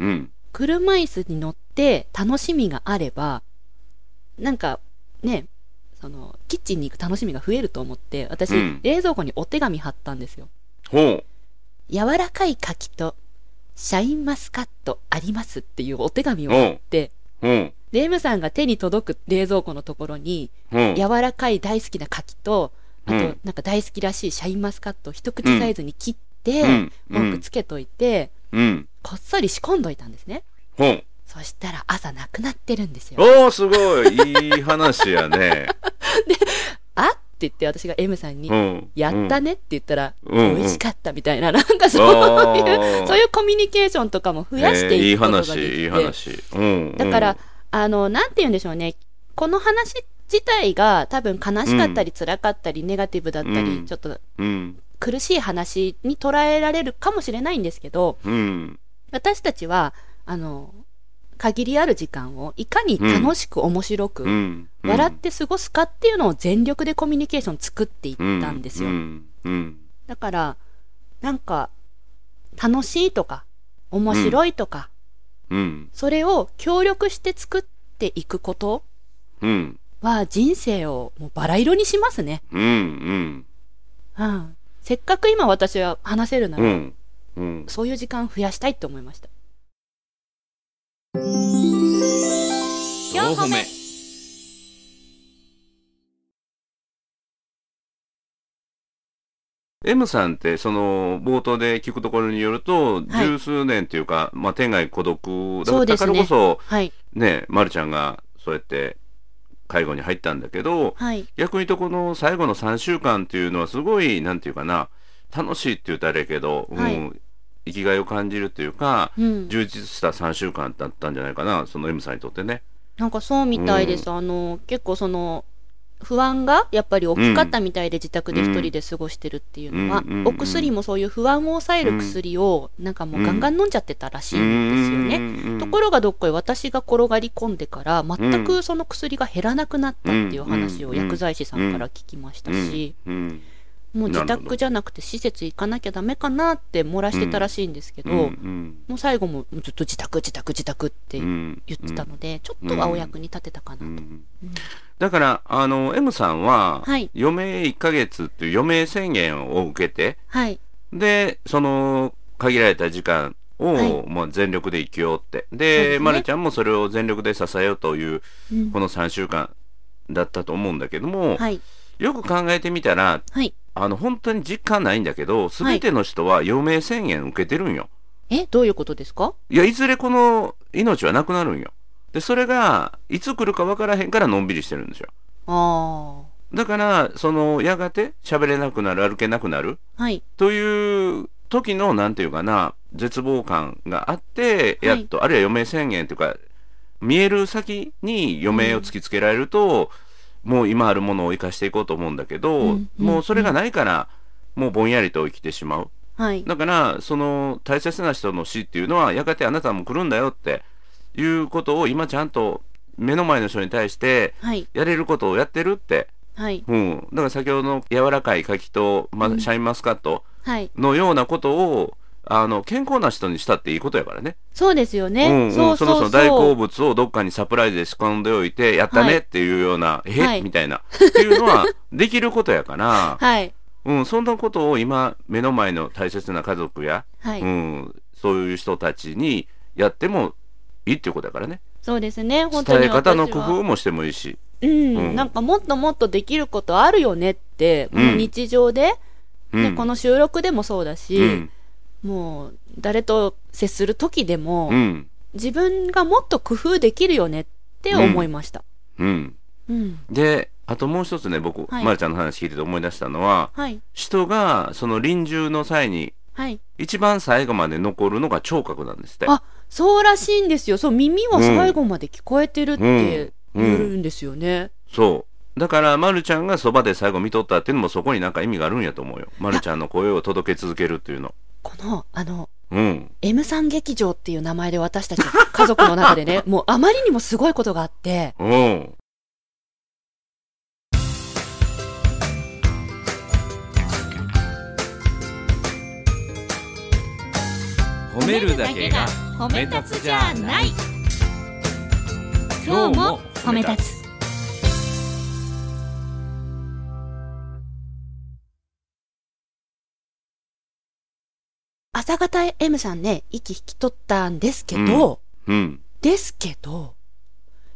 [SPEAKER 2] うん。
[SPEAKER 1] 車椅子に乗って楽しみがあれば、なんかね、その、キッチンに行く楽しみが増えると思って、私、
[SPEAKER 2] うん
[SPEAKER 1] 冷蔵庫にお手紙貼ったんですよ。
[SPEAKER 2] ほ
[SPEAKER 1] 柔らかい柿と、シャインマスカットありますっていうお手紙を、
[SPEAKER 2] う。ほう。
[SPEAKER 1] で、
[SPEAKER 2] ほう。
[SPEAKER 1] レムさんが手に届く冷蔵庫のところに、
[SPEAKER 2] ほう。
[SPEAKER 1] 柔らかい大好きな柿と、あと、
[SPEAKER 2] うん
[SPEAKER 1] なんか大好きらしいシャインマスカットを一口サイズに切って、
[SPEAKER 2] うん。
[SPEAKER 1] 多くつけといて、
[SPEAKER 2] うん。
[SPEAKER 1] こっそり仕込んどいたんですね。
[SPEAKER 2] ほう。
[SPEAKER 1] そしたら朝なくなってるんですよ。
[SPEAKER 2] おー、すごい。いい話やね。
[SPEAKER 1] あって言って私が M さんに
[SPEAKER 2] う、ん。
[SPEAKER 1] やったねって言ったら、
[SPEAKER 2] うん。
[SPEAKER 1] 美味しかったみたいな、なんかそういう、
[SPEAKER 2] おー
[SPEAKER 1] そういうコミュニケーションとかも増やして
[SPEAKER 2] えーい
[SPEAKER 1] い
[SPEAKER 2] い
[SPEAKER 1] くことができ
[SPEAKER 2] 話、
[SPEAKER 1] て、
[SPEAKER 2] いい話。うん。
[SPEAKER 1] だから、あの、なんて言うんでしょうね。この話自体が多分悲しかったり辛かったりネガティブだったり、
[SPEAKER 2] うん
[SPEAKER 1] ちょっと
[SPEAKER 2] うん。
[SPEAKER 1] 苦しい話に捉えられるかもしれないんですけど、
[SPEAKER 2] うん。
[SPEAKER 1] 私たちは、あの、限りある時間をいかに楽しく面白く、
[SPEAKER 2] うん。
[SPEAKER 1] 笑って過ごすかっていうのを全力でコミュニケーション作っていったんですよ。
[SPEAKER 2] うん。うん。
[SPEAKER 1] だから、なんか、楽しいとか、面白いとか、
[SPEAKER 2] うん。
[SPEAKER 1] それを協力して作っていくこと
[SPEAKER 2] うん。
[SPEAKER 1] は人生をもうバラ色にしますね。
[SPEAKER 2] うん。う
[SPEAKER 1] う
[SPEAKER 2] ん。
[SPEAKER 1] ん。せっかく今私は話せるな
[SPEAKER 2] う
[SPEAKER 1] ら、
[SPEAKER 2] ん。うん。
[SPEAKER 1] そういう時間増やしたいって思いました。
[SPEAKER 4] 4歩目
[SPEAKER 2] エムさんって、その、冒頭で聞くところによると、
[SPEAKER 1] はい
[SPEAKER 2] 十数年というか、まあ、天涯孤独だ
[SPEAKER 1] そう
[SPEAKER 2] だ
[SPEAKER 1] です
[SPEAKER 2] か
[SPEAKER 1] ね
[SPEAKER 2] らこそ、
[SPEAKER 1] はい。
[SPEAKER 2] ね、まるちゃんが、そうやって、介護に入ったんだけど、
[SPEAKER 1] はい。
[SPEAKER 2] 逆に言うとこの最後の3週間っていうのはすごい、なんていうかな、楽しいって言うとあれやけど、うん
[SPEAKER 1] はい
[SPEAKER 2] 生きがいを感じるというか、
[SPEAKER 1] うん。
[SPEAKER 2] 充実した3週間だったんじゃないかな、その M さんにとってね。
[SPEAKER 1] なんかそうみたいです。あの、結構その、不安がやっぱり大きかったみたいで自宅で一人で過ごしてるっていうのは、
[SPEAKER 2] うんうんうん
[SPEAKER 1] お薬もそういう不安を抑える薬をなんかもうガンガン飲んじゃってたらしいんですよね。
[SPEAKER 2] ね
[SPEAKER 1] ところがどっこい私が転がり込んでから全くその薬が減らなくなったっていう話
[SPEAKER 2] う
[SPEAKER 1] を
[SPEAKER 2] んうんうん
[SPEAKER 1] 薬剤師さんから聞きましたし、
[SPEAKER 2] うんうん
[SPEAKER 1] もう自
[SPEAKER 2] なるほど
[SPEAKER 1] 宅じゃなくて施設行かなきゃダメかなって漏らしてたらしいんですけど、
[SPEAKER 2] うんうん
[SPEAKER 1] もう最後もずっと自宅自宅自宅って
[SPEAKER 2] う
[SPEAKER 1] 言
[SPEAKER 2] ん
[SPEAKER 1] ってたので、ちょっとはお役に立てたかなと。
[SPEAKER 2] うんだから、あの、M さんは、
[SPEAKER 1] はい
[SPEAKER 2] 余命1ヶ月っていう余命宣言を受けて、
[SPEAKER 1] はい。
[SPEAKER 2] で、その、限られた時間を、
[SPEAKER 1] はい
[SPEAKER 2] まあ、全力で生きようって。
[SPEAKER 1] そう
[SPEAKER 2] で、
[SPEAKER 1] ですね
[SPEAKER 2] まるちゃんもそれを全力で支えようという、
[SPEAKER 1] うん
[SPEAKER 2] この3週間だったと思うんだけども、
[SPEAKER 1] はい。
[SPEAKER 2] よく考えてみたら、
[SPEAKER 1] はい。
[SPEAKER 2] あの、本当に実感ないんだけど、すべての人は余命宣言受けてるんよ。
[SPEAKER 1] え、どういうことですか
[SPEAKER 2] いや、いずれこの命はなくなるんよ。で、それが、いつ来るかわからへんからのんびりしてるんですよ。
[SPEAKER 1] あ
[SPEAKER 2] だから、その、やがて喋れなくなる、歩けなくなる、
[SPEAKER 1] あ。はい。
[SPEAKER 2] という時の、なんていうかな、絶望感があって、
[SPEAKER 1] は
[SPEAKER 2] や
[SPEAKER 1] い
[SPEAKER 2] っと、あるいは余命宣言というか、見える先に余命を突きつけられると、もう今あるものを生かしていこうと思うんだけど、
[SPEAKER 1] うんうん
[SPEAKER 2] もうそれがないから、もうぼんやりと生きてしまう。
[SPEAKER 1] はい。
[SPEAKER 2] だから、その大切な人の死っていうのは、やがてあなたも来るんだよっていうことを今ちゃんと目の前の人に対して、
[SPEAKER 1] はい。
[SPEAKER 2] やれることをやってるって。
[SPEAKER 1] はい。
[SPEAKER 2] うん。だから先ほどの柔らかい柿と、ま
[SPEAKER 1] うん
[SPEAKER 2] シャインマスカット
[SPEAKER 1] はい。
[SPEAKER 2] のようなことを、あの、健康な人にしたっていいことやからね。
[SPEAKER 1] そうですよね。
[SPEAKER 2] うん、うん。
[SPEAKER 1] そう
[SPEAKER 2] の
[SPEAKER 1] そ
[SPEAKER 2] 人
[SPEAKER 1] うそ
[SPEAKER 2] の
[SPEAKER 1] う。
[SPEAKER 2] 大好物をどっかにサプライズで仕込んでおいて、やった
[SPEAKER 1] はい
[SPEAKER 2] ねっていうような、え、
[SPEAKER 1] はい
[SPEAKER 2] みたいな。っていうのは、できることやから、
[SPEAKER 1] はい。
[SPEAKER 2] うん、そんなことを今、目の前の大切な家族や、
[SPEAKER 1] はい。
[SPEAKER 2] うん、そういう人たちにやってもいいっていうことだからね。
[SPEAKER 1] そうですね。本当
[SPEAKER 2] 伝
[SPEAKER 1] に
[SPEAKER 2] え
[SPEAKER 1] 私は。
[SPEAKER 2] 方の工夫もしてもいいし。
[SPEAKER 1] うん、
[SPEAKER 2] うん
[SPEAKER 1] なんかもっともっとできることあるよねって、この日常で、
[SPEAKER 2] うん
[SPEAKER 1] ね、この収録でもそうだ
[SPEAKER 2] う
[SPEAKER 1] し、
[SPEAKER 2] ん。
[SPEAKER 1] もう誰と接する時でも、
[SPEAKER 2] うん。
[SPEAKER 1] 自分がもっと工夫できるよねって思いました。
[SPEAKER 2] うん。
[SPEAKER 1] うん。
[SPEAKER 2] で、あともう一つね、僕、
[SPEAKER 1] はい
[SPEAKER 2] まるちゃんの話聞いてて思い出したのは、
[SPEAKER 1] はい。
[SPEAKER 2] 人が、その臨終の際に、
[SPEAKER 1] はい。
[SPEAKER 2] 一番最後まで残るのが聴覚なんですって。
[SPEAKER 1] あ、そうらしいんですよ。そう、耳は最後まで聞こえてるって
[SPEAKER 2] うん
[SPEAKER 1] 言
[SPEAKER 2] う
[SPEAKER 1] うんんですよね。
[SPEAKER 2] そう。だから、まるちゃんがそばで最後見とったっていうのもそこになんか意味があるんやと思うよ。まるちゃんの声を届け続けるっていうの。
[SPEAKER 1] この、あの、
[SPEAKER 2] うん。
[SPEAKER 1] M さん劇場っていう名前で私たち家族の中で ね、もうあまりにもすごいことがあって、
[SPEAKER 2] うん。
[SPEAKER 4] 褒
[SPEAKER 2] 褒めるだけが
[SPEAKER 4] 褒
[SPEAKER 2] め立つじゃない
[SPEAKER 4] 今日も褒め立つ
[SPEAKER 1] 朝方 M さんね、息引き取ったんですけど、
[SPEAKER 2] うん。
[SPEAKER 1] ですけど、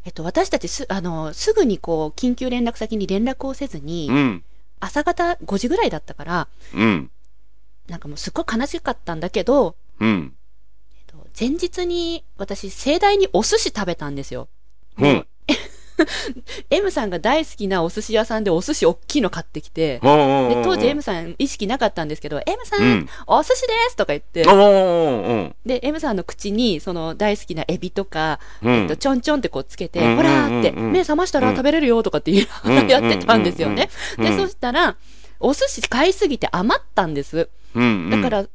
[SPEAKER 1] えっと、私たちす、あの、すぐにこう、緊急連絡先に連絡をせずに、
[SPEAKER 2] うん。
[SPEAKER 1] 朝方5時ぐらいだったから、
[SPEAKER 2] うん。
[SPEAKER 1] なんかもうすっごい悲しかったんだけど、
[SPEAKER 2] うん。
[SPEAKER 1] えっと、前日に私、盛大にお寿司食べたんですよ。
[SPEAKER 2] うん。
[SPEAKER 1] M さんが大好きなお寿司屋さんでお寿司大きいの買ってきて、
[SPEAKER 2] お
[SPEAKER 1] で、当時 M さん意識なかったんですけど、M さん、
[SPEAKER 2] うん
[SPEAKER 1] お寿司ですとか言って
[SPEAKER 2] お、ー
[SPEAKER 1] で、M さんの口に、その大好きなエビとか、
[SPEAKER 2] うん
[SPEAKER 1] えっと、ちょんちょんってこうつけて、
[SPEAKER 2] うんうんうん
[SPEAKER 1] ほらーって、
[SPEAKER 2] うん
[SPEAKER 1] 目覚ましたら食べれるよとかって言いながら
[SPEAKER 2] うん
[SPEAKER 1] やってたんですよね。
[SPEAKER 2] うんうん
[SPEAKER 1] で、そしたら、お寿司買いすぎて余ったんです。
[SPEAKER 2] うん。
[SPEAKER 1] だから、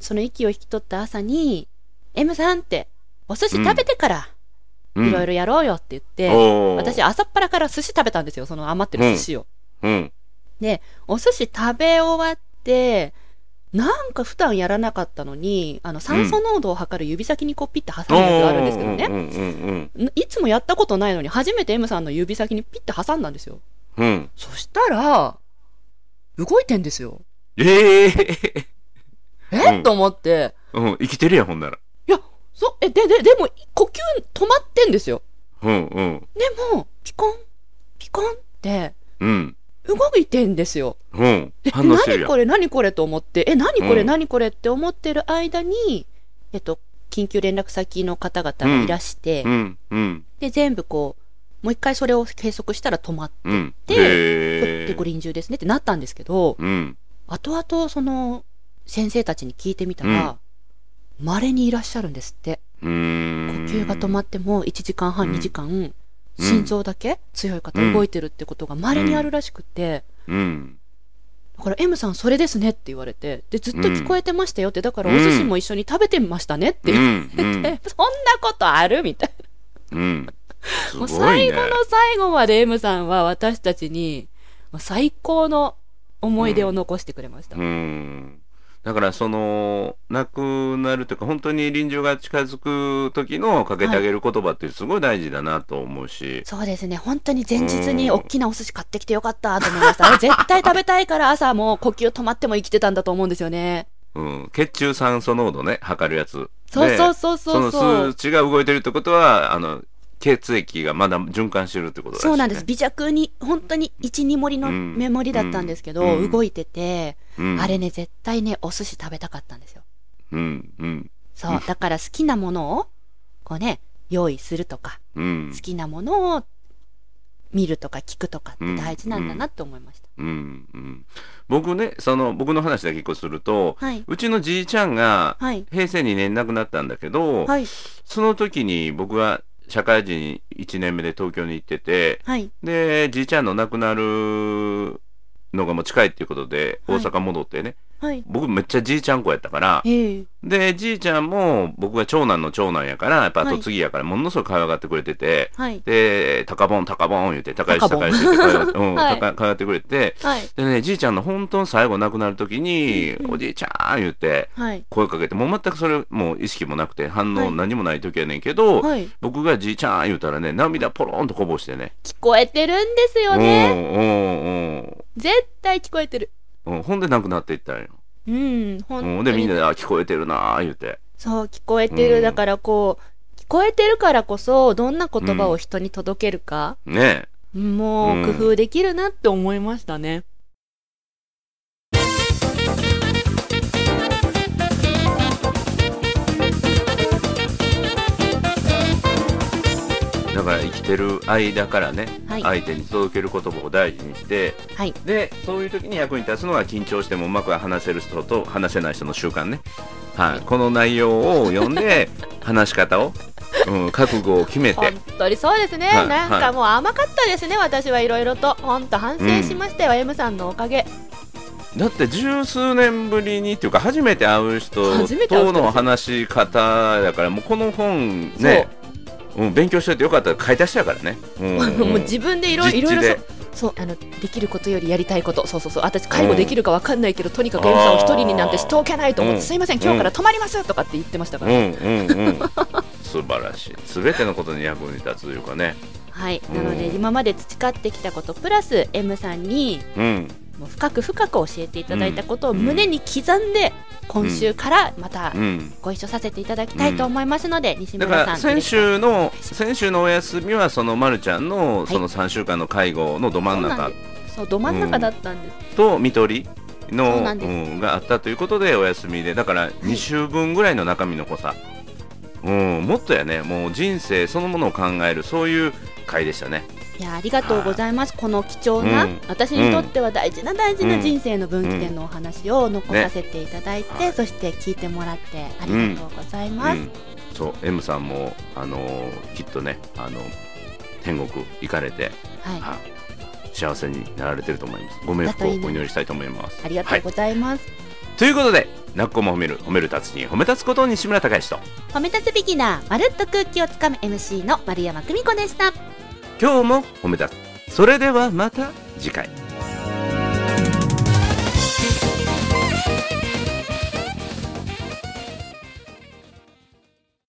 [SPEAKER 1] その息を引き取った朝に、M さんって、お寿司食べてから、
[SPEAKER 2] うん、
[SPEAKER 1] いろいろやろうよって言って、
[SPEAKER 2] ろ
[SPEAKER 1] 私、朝っぱらから寿司食べたんですよ、その余ってる寿司を。
[SPEAKER 2] うん。
[SPEAKER 1] お寿司食べ終わって、なんか普段やらなかったのに、あの、酸素濃度を測る指先にこうピッて挟むやつがあるんですけどね。
[SPEAKER 2] うんうん
[SPEAKER 1] いつもやったことないのに、初めて M さんの指先にピッて挟んだんですよ。
[SPEAKER 2] うん。うん。
[SPEAKER 1] そしたら、動いてんですよ。
[SPEAKER 2] ええ
[SPEAKER 1] え、
[SPEAKER 2] うん
[SPEAKER 1] と思って、
[SPEAKER 2] うん、生きてるやん、ほんなら。
[SPEAKER 1] いや、そ、え、で、で、でも、呼吸止まってんですよ。
[SPEAKER 2] うん、うん、
[SPEAKER 1] でも、ピコン、ピコンって、
[SPEAKER 2] うん、
[SPEAKER 1] 動いてんですよ。
[SPEAKER 2] うん。
[SPEAKER 1] で、
[SPEAKER 2] 反応してる
[SPEAKER 1] 何
[SPEAKER 2] やん。
[SPEAKER 1] これ何これと思って、え、何これ
[SPEAKER 2] うん
[SPEAKER 1] 何これって思ってる間に、えっと、緊急連絡先の方々がいらして、
[SPEAKER 2] うん、うん、
[SPEAKER 1] で、全部こう、もう一回それを計測したら止まっ
[SPEAKER 2] うん。
[SPEAKER 1] で
[SPEAKER 2] へ
[SPEAKER 1] て、
[SPEAKER 2] え
[SPEAKER 1] ご。臨終ですねってなったんですけど、
[SPEAKER 2] うん。
[SPEAKER 1] 後々、その、先生たちに聞いてみたら、稀にいらっしゃるんですって。
[SPEAKER 2] 呼
[SPEAKER 1] 呼吸
[SPEAKER 2] 吸
[SPEAKER 1] が止まっても1時間半、
[SPEAKER 2] うん
[SPEAKER 1] 2時間、心臓だけ強い方
[SPEAKER 2] うん
[SPEAKER 1] 動いてるってことが稀にあるらしくて、
[SPEAKER 2] うん。
[SPEAKER 1] だから M さんそれですねって言われて、で、ずっと聞こえてましたよって、だからお寿司も一緒に食べてましたねって
[SPEAKER 2] う
[SPEAKER 1] 言っ
[SPEAKER 2] ん。う
[SPEAKER 1] て、
[SPEAKER 2] ん
[SPEAKER 1] そんなことあるみたいな。
[SPEAKER 2] うん。す
[SPEAKER 1] もう
[SPEAKER 2] ごい
[SPEAKER 1] 最
[SPEAKER 2] ね
[SPEAKER 1] 後。の最後まで M さんは私たちに、もう最高の思い出を残してくれました。
[SPEAKER 2] うん。だから、その、亡くなるというか、本当に臨終が近づく時のかけてあげる言葉ってすごい大事だなと思うし。
[SPEAKER 1] そうですね。本当に前日に大きなお寿司買ってきてよかったと思いま した。あれ絶対食べたいから朝もう呼吸止まっても生きてたんだと思うんですよね。
[SPEAKER 2] うん。血中酸素濃度ね、測るやつ。
[SPEAKER 1] そう
[SPEAKER 2] で
[SPEAKER 1] そうそうそう
[SPEAKER 2] そ
[SPEAKER 1] そう
[SPEAKER 2] の。数値が動いてるってことは、あの、血液がまだ循環してるってことだし、ね。
[SPEAKER 1] そうなんです。。微弱に、本当に1、2盛りの
[SPEAKER 2] うん
[SPEAKER 1] メモリだったんですけど、
[SPEAKER 2] うん
[SPEAKER 1] 動いてて、
[SPEAKER 2] うん、
[SPEAKER 1] あれね、絶対ね、お寿司食べたかったんですよ。
[SPEAKER 2] うん、うん、。
[SPEAKER 1] そううんだから好きなものを、こうね、用意するとか、
[SPEAKER 2] うん
[SPEAKER 1] 好。きなものを見るとか聞くとかって大事なんだ
[SPEAKER 2] うん
[SPEAKER 1] なって思いました。
[SPEAKER 2] うん、うん。僕ね、その、僕の話だけ一個すると、
[SPEAKER 1] はい。
[SPEAKER 2] うちのじいちゃんが、
[SPEAKER 1] はい。
[SPEAKER 2] 平成2年亡くなったんだけど、
[SPEAKER 1] はい。
[SPEAKER 2] その時に僕は社会人1年目で東京に行ってて、
[SPEAKER 1] はい。
[SPEAKER 2] で、じいちゃんの亡くなるのがもう近いっていうことで、
[SPEAKER 1] は
[SPEAKER 2] 大
[SPEAKER 1] い
[SPEAKER 2] 阪戻ってね、
[SPEAKER 1] はい。
[SPEAKER 2] 僕めっちゃじいちゃん子やったから、
[SPEAKER 1] ええ。
[SPEAKER 2] で、じいちゃんも僕が長男の長男やから、やっぱ
[SPEAKER 1] はい
[SPEAKER 2] 後継ぎやから、ものすごい可愛がってくれてて、
[SPEAKER 1] はい。
[SPEAKER 2] で、高ボン、高ボン言って、高吉、
[SPEAKER 1] 高
[SPEAKER 2] 高
[SPEAKER 1] ボン
[SPEAKER 2] 吉って可愛が って、うん、
[SPEAKER 1] はい
[SPEAKER 2] 高可愛がってくれて、
[SPEAKER 1] はい。
[SPEAKER 2] でね、じいちゃんの本当に最後亡くなる時に、
[SPEAKER 1] うんうん
[SPEAKER 2] おじいちゃん言って、
[SPEAKER 1] はい。
[SPEAKER 2] 声かけて、もう全くそれ、もう意識もなくて、反
[SPEAKER 1] は
[SPEAKER 2] 応
[SPEAKER 1] い
[SPEAKER 2] 何もない時やねんけど、
[SPEAKER 1] はい。
[SPEAKER 2] 僕がじいちゃん言うたらね、涙ポロンとこぼしてね。
[SPEAKER 1] 聞こえてるんですよね。
[SPEAKER 2] う
[SPEAKER 1] 絶対聞こえてる。
[SPEAKER 2] んうんうんうん。ほんで亡くなっていったんよ。
[SPEAKER 1] うん、本
[SPEAKER 2] うん、
[SPEAKER 1] 当
[SPEAKER 2] で、
[SPEAKER 1] に
[SPEAKER 2] みんなで、あ、聞こえてるなー言うて。
[SPEAKER 1] そう、聞こえてる。
[SPEAKER 2] うん
[SPEAKER 1] だからこう、聞こえてるからこそ、どんな言葉を人に届けるか、
[SPEAKER 2] ね
[SPEAKER 1] もう
[SPEAKER 2] うん
[SPEAKER 1] 工夫できるなって思いましたね。
[SPEAKER 2] だから生きてる間からね、
[SPEAKER 1] はい
[SPEAKER 2] 相手に届ける言葉を大事にして、
[SPEAKER 1] はい。
[SPEAKER 2] で、そういう時に役に立つのが緊張してもうまく話せる人と話せない人の習慣ね。はい。この内容を読ん で、話し方を、うん、覚悟を決めて
[SPEAKER 1] 本、当にそうですね。
[SPEAKER 2] はい
[SPEAKER 1] なん
[SPEAKER 2] は
[SPEAKER 1] か
[SPEAKER 2] い
[SPEAKER 1] もう甘かったですね、私はいろいろと。本当反省しましたよ、M さんのおかげ。
[SPEAKER 2] だって十数年ぶりにっていうか初めて会う人
[SPEAKER 1] 初めて会う人ですよ
[SPEAKER 2] との話し方だからもうこの本ね、うん、勉強しといてよかったら買い足しやからね、うんうん
[SPEAKER 1] もう自分でいろい
[SPEAKER 2] 実
[SPEAKER 1] ろそう
[SPEAKER 2] 地で。
[SPEAKER 1] そうあのできることよりやりたいことそうそうそう私介護できるかわかんないけど、とにかく M さんを一人になんてしておけないと思って、
[SPEAKER 2] うん
[SPEAKER 1] すいません今日から泊まりますとかって言ってましたか
[SPEAKER 2] う
[SPEAKER 1] ら、
[SPEAKER 2] んうん うん素晴らしい全てのことに役に立つというかね
[SPEAKER 1] はい
[SPEAKER 2] うん
[SPEAKER 1] なので今まで培ってきたことプラス M さんに
[SPEAKER 2] うん
[SPEAKER 1] もう深く深く教えていただいたことを
[SPEAKER 2] うん
[SPEAKER 1] 胸に刻んで、今週からまた
[SPEAKER 2] うん
[SPEAKER 1] ご一緒させていただきたいと思いますので、西
[SPEAKER 2] だか
[SPEAKER 1] 村さ
[SPEAKER 2] ら
[SPEAKER 1] ん
[SPEAKER 2] 先
[SPEAKER 1] よ
[SPEAKER 2] 週の
[SPEAKER 1] ろしく
[SPEAKER 2] 先週のお休みはそのまるちゃんの
[SPEAKER 1] い
[SPEAKER 2] その3週間の介護のど
[SPEAKER 1] ろし
[SPEAKER 2] 真ん
[SPEAKER 1] くそうな
[SPEAKER 2] 中
[SPEAKER 1] んですそうど真ん中だったんです、
[SPEAKER 2] と見取り
[SPEAKER 1] そ
[SPEAKER 2] の
[SPEAKER 1] うなんです
[SPEAKER 2] んがあったということでお休みでだから2週分ぐらいの中身の濃さ、うん、もっとやねもう人生そのものを考えるそういう回でしたね
[SPEAKER 1] いやありがとうございますこの貴重な、
[SPEAKER 2] うん
[SPEAKER 1] 私にとっては大事な大事な
[SPEAKER 2] うん
[SPEAKER 1] 人生の分岐点のお話を残
[SPEAKER 2] ね
[SPEAKER 1] させていただいて、
[SPEAKER 2] はい
[SPEAKER 1] そして聞いてもらってありがとうございます、
[SPEAKER 2] うん、そう M さんも、あのーきっとね、あの天国行かれて、
[SPEAKER 1] はい
[SPEAKER 2] はい幸せになられてると思いますご冥福をお祈りしたいと思います
[SPEAKER 1] ありがとう
[SPEAKER 2] は
[SPEAKER 1] ございます、
[SPEAKER 2] い、ということでなっこも褒める褒める達人褒め立つこと西村孝之と
[SPEAKER 1] 褒め立つビギナーまるっと空気をつかむ MC の丸山久美子でした
[SPEAKER 2] 今日も褒め立つそれではまた次回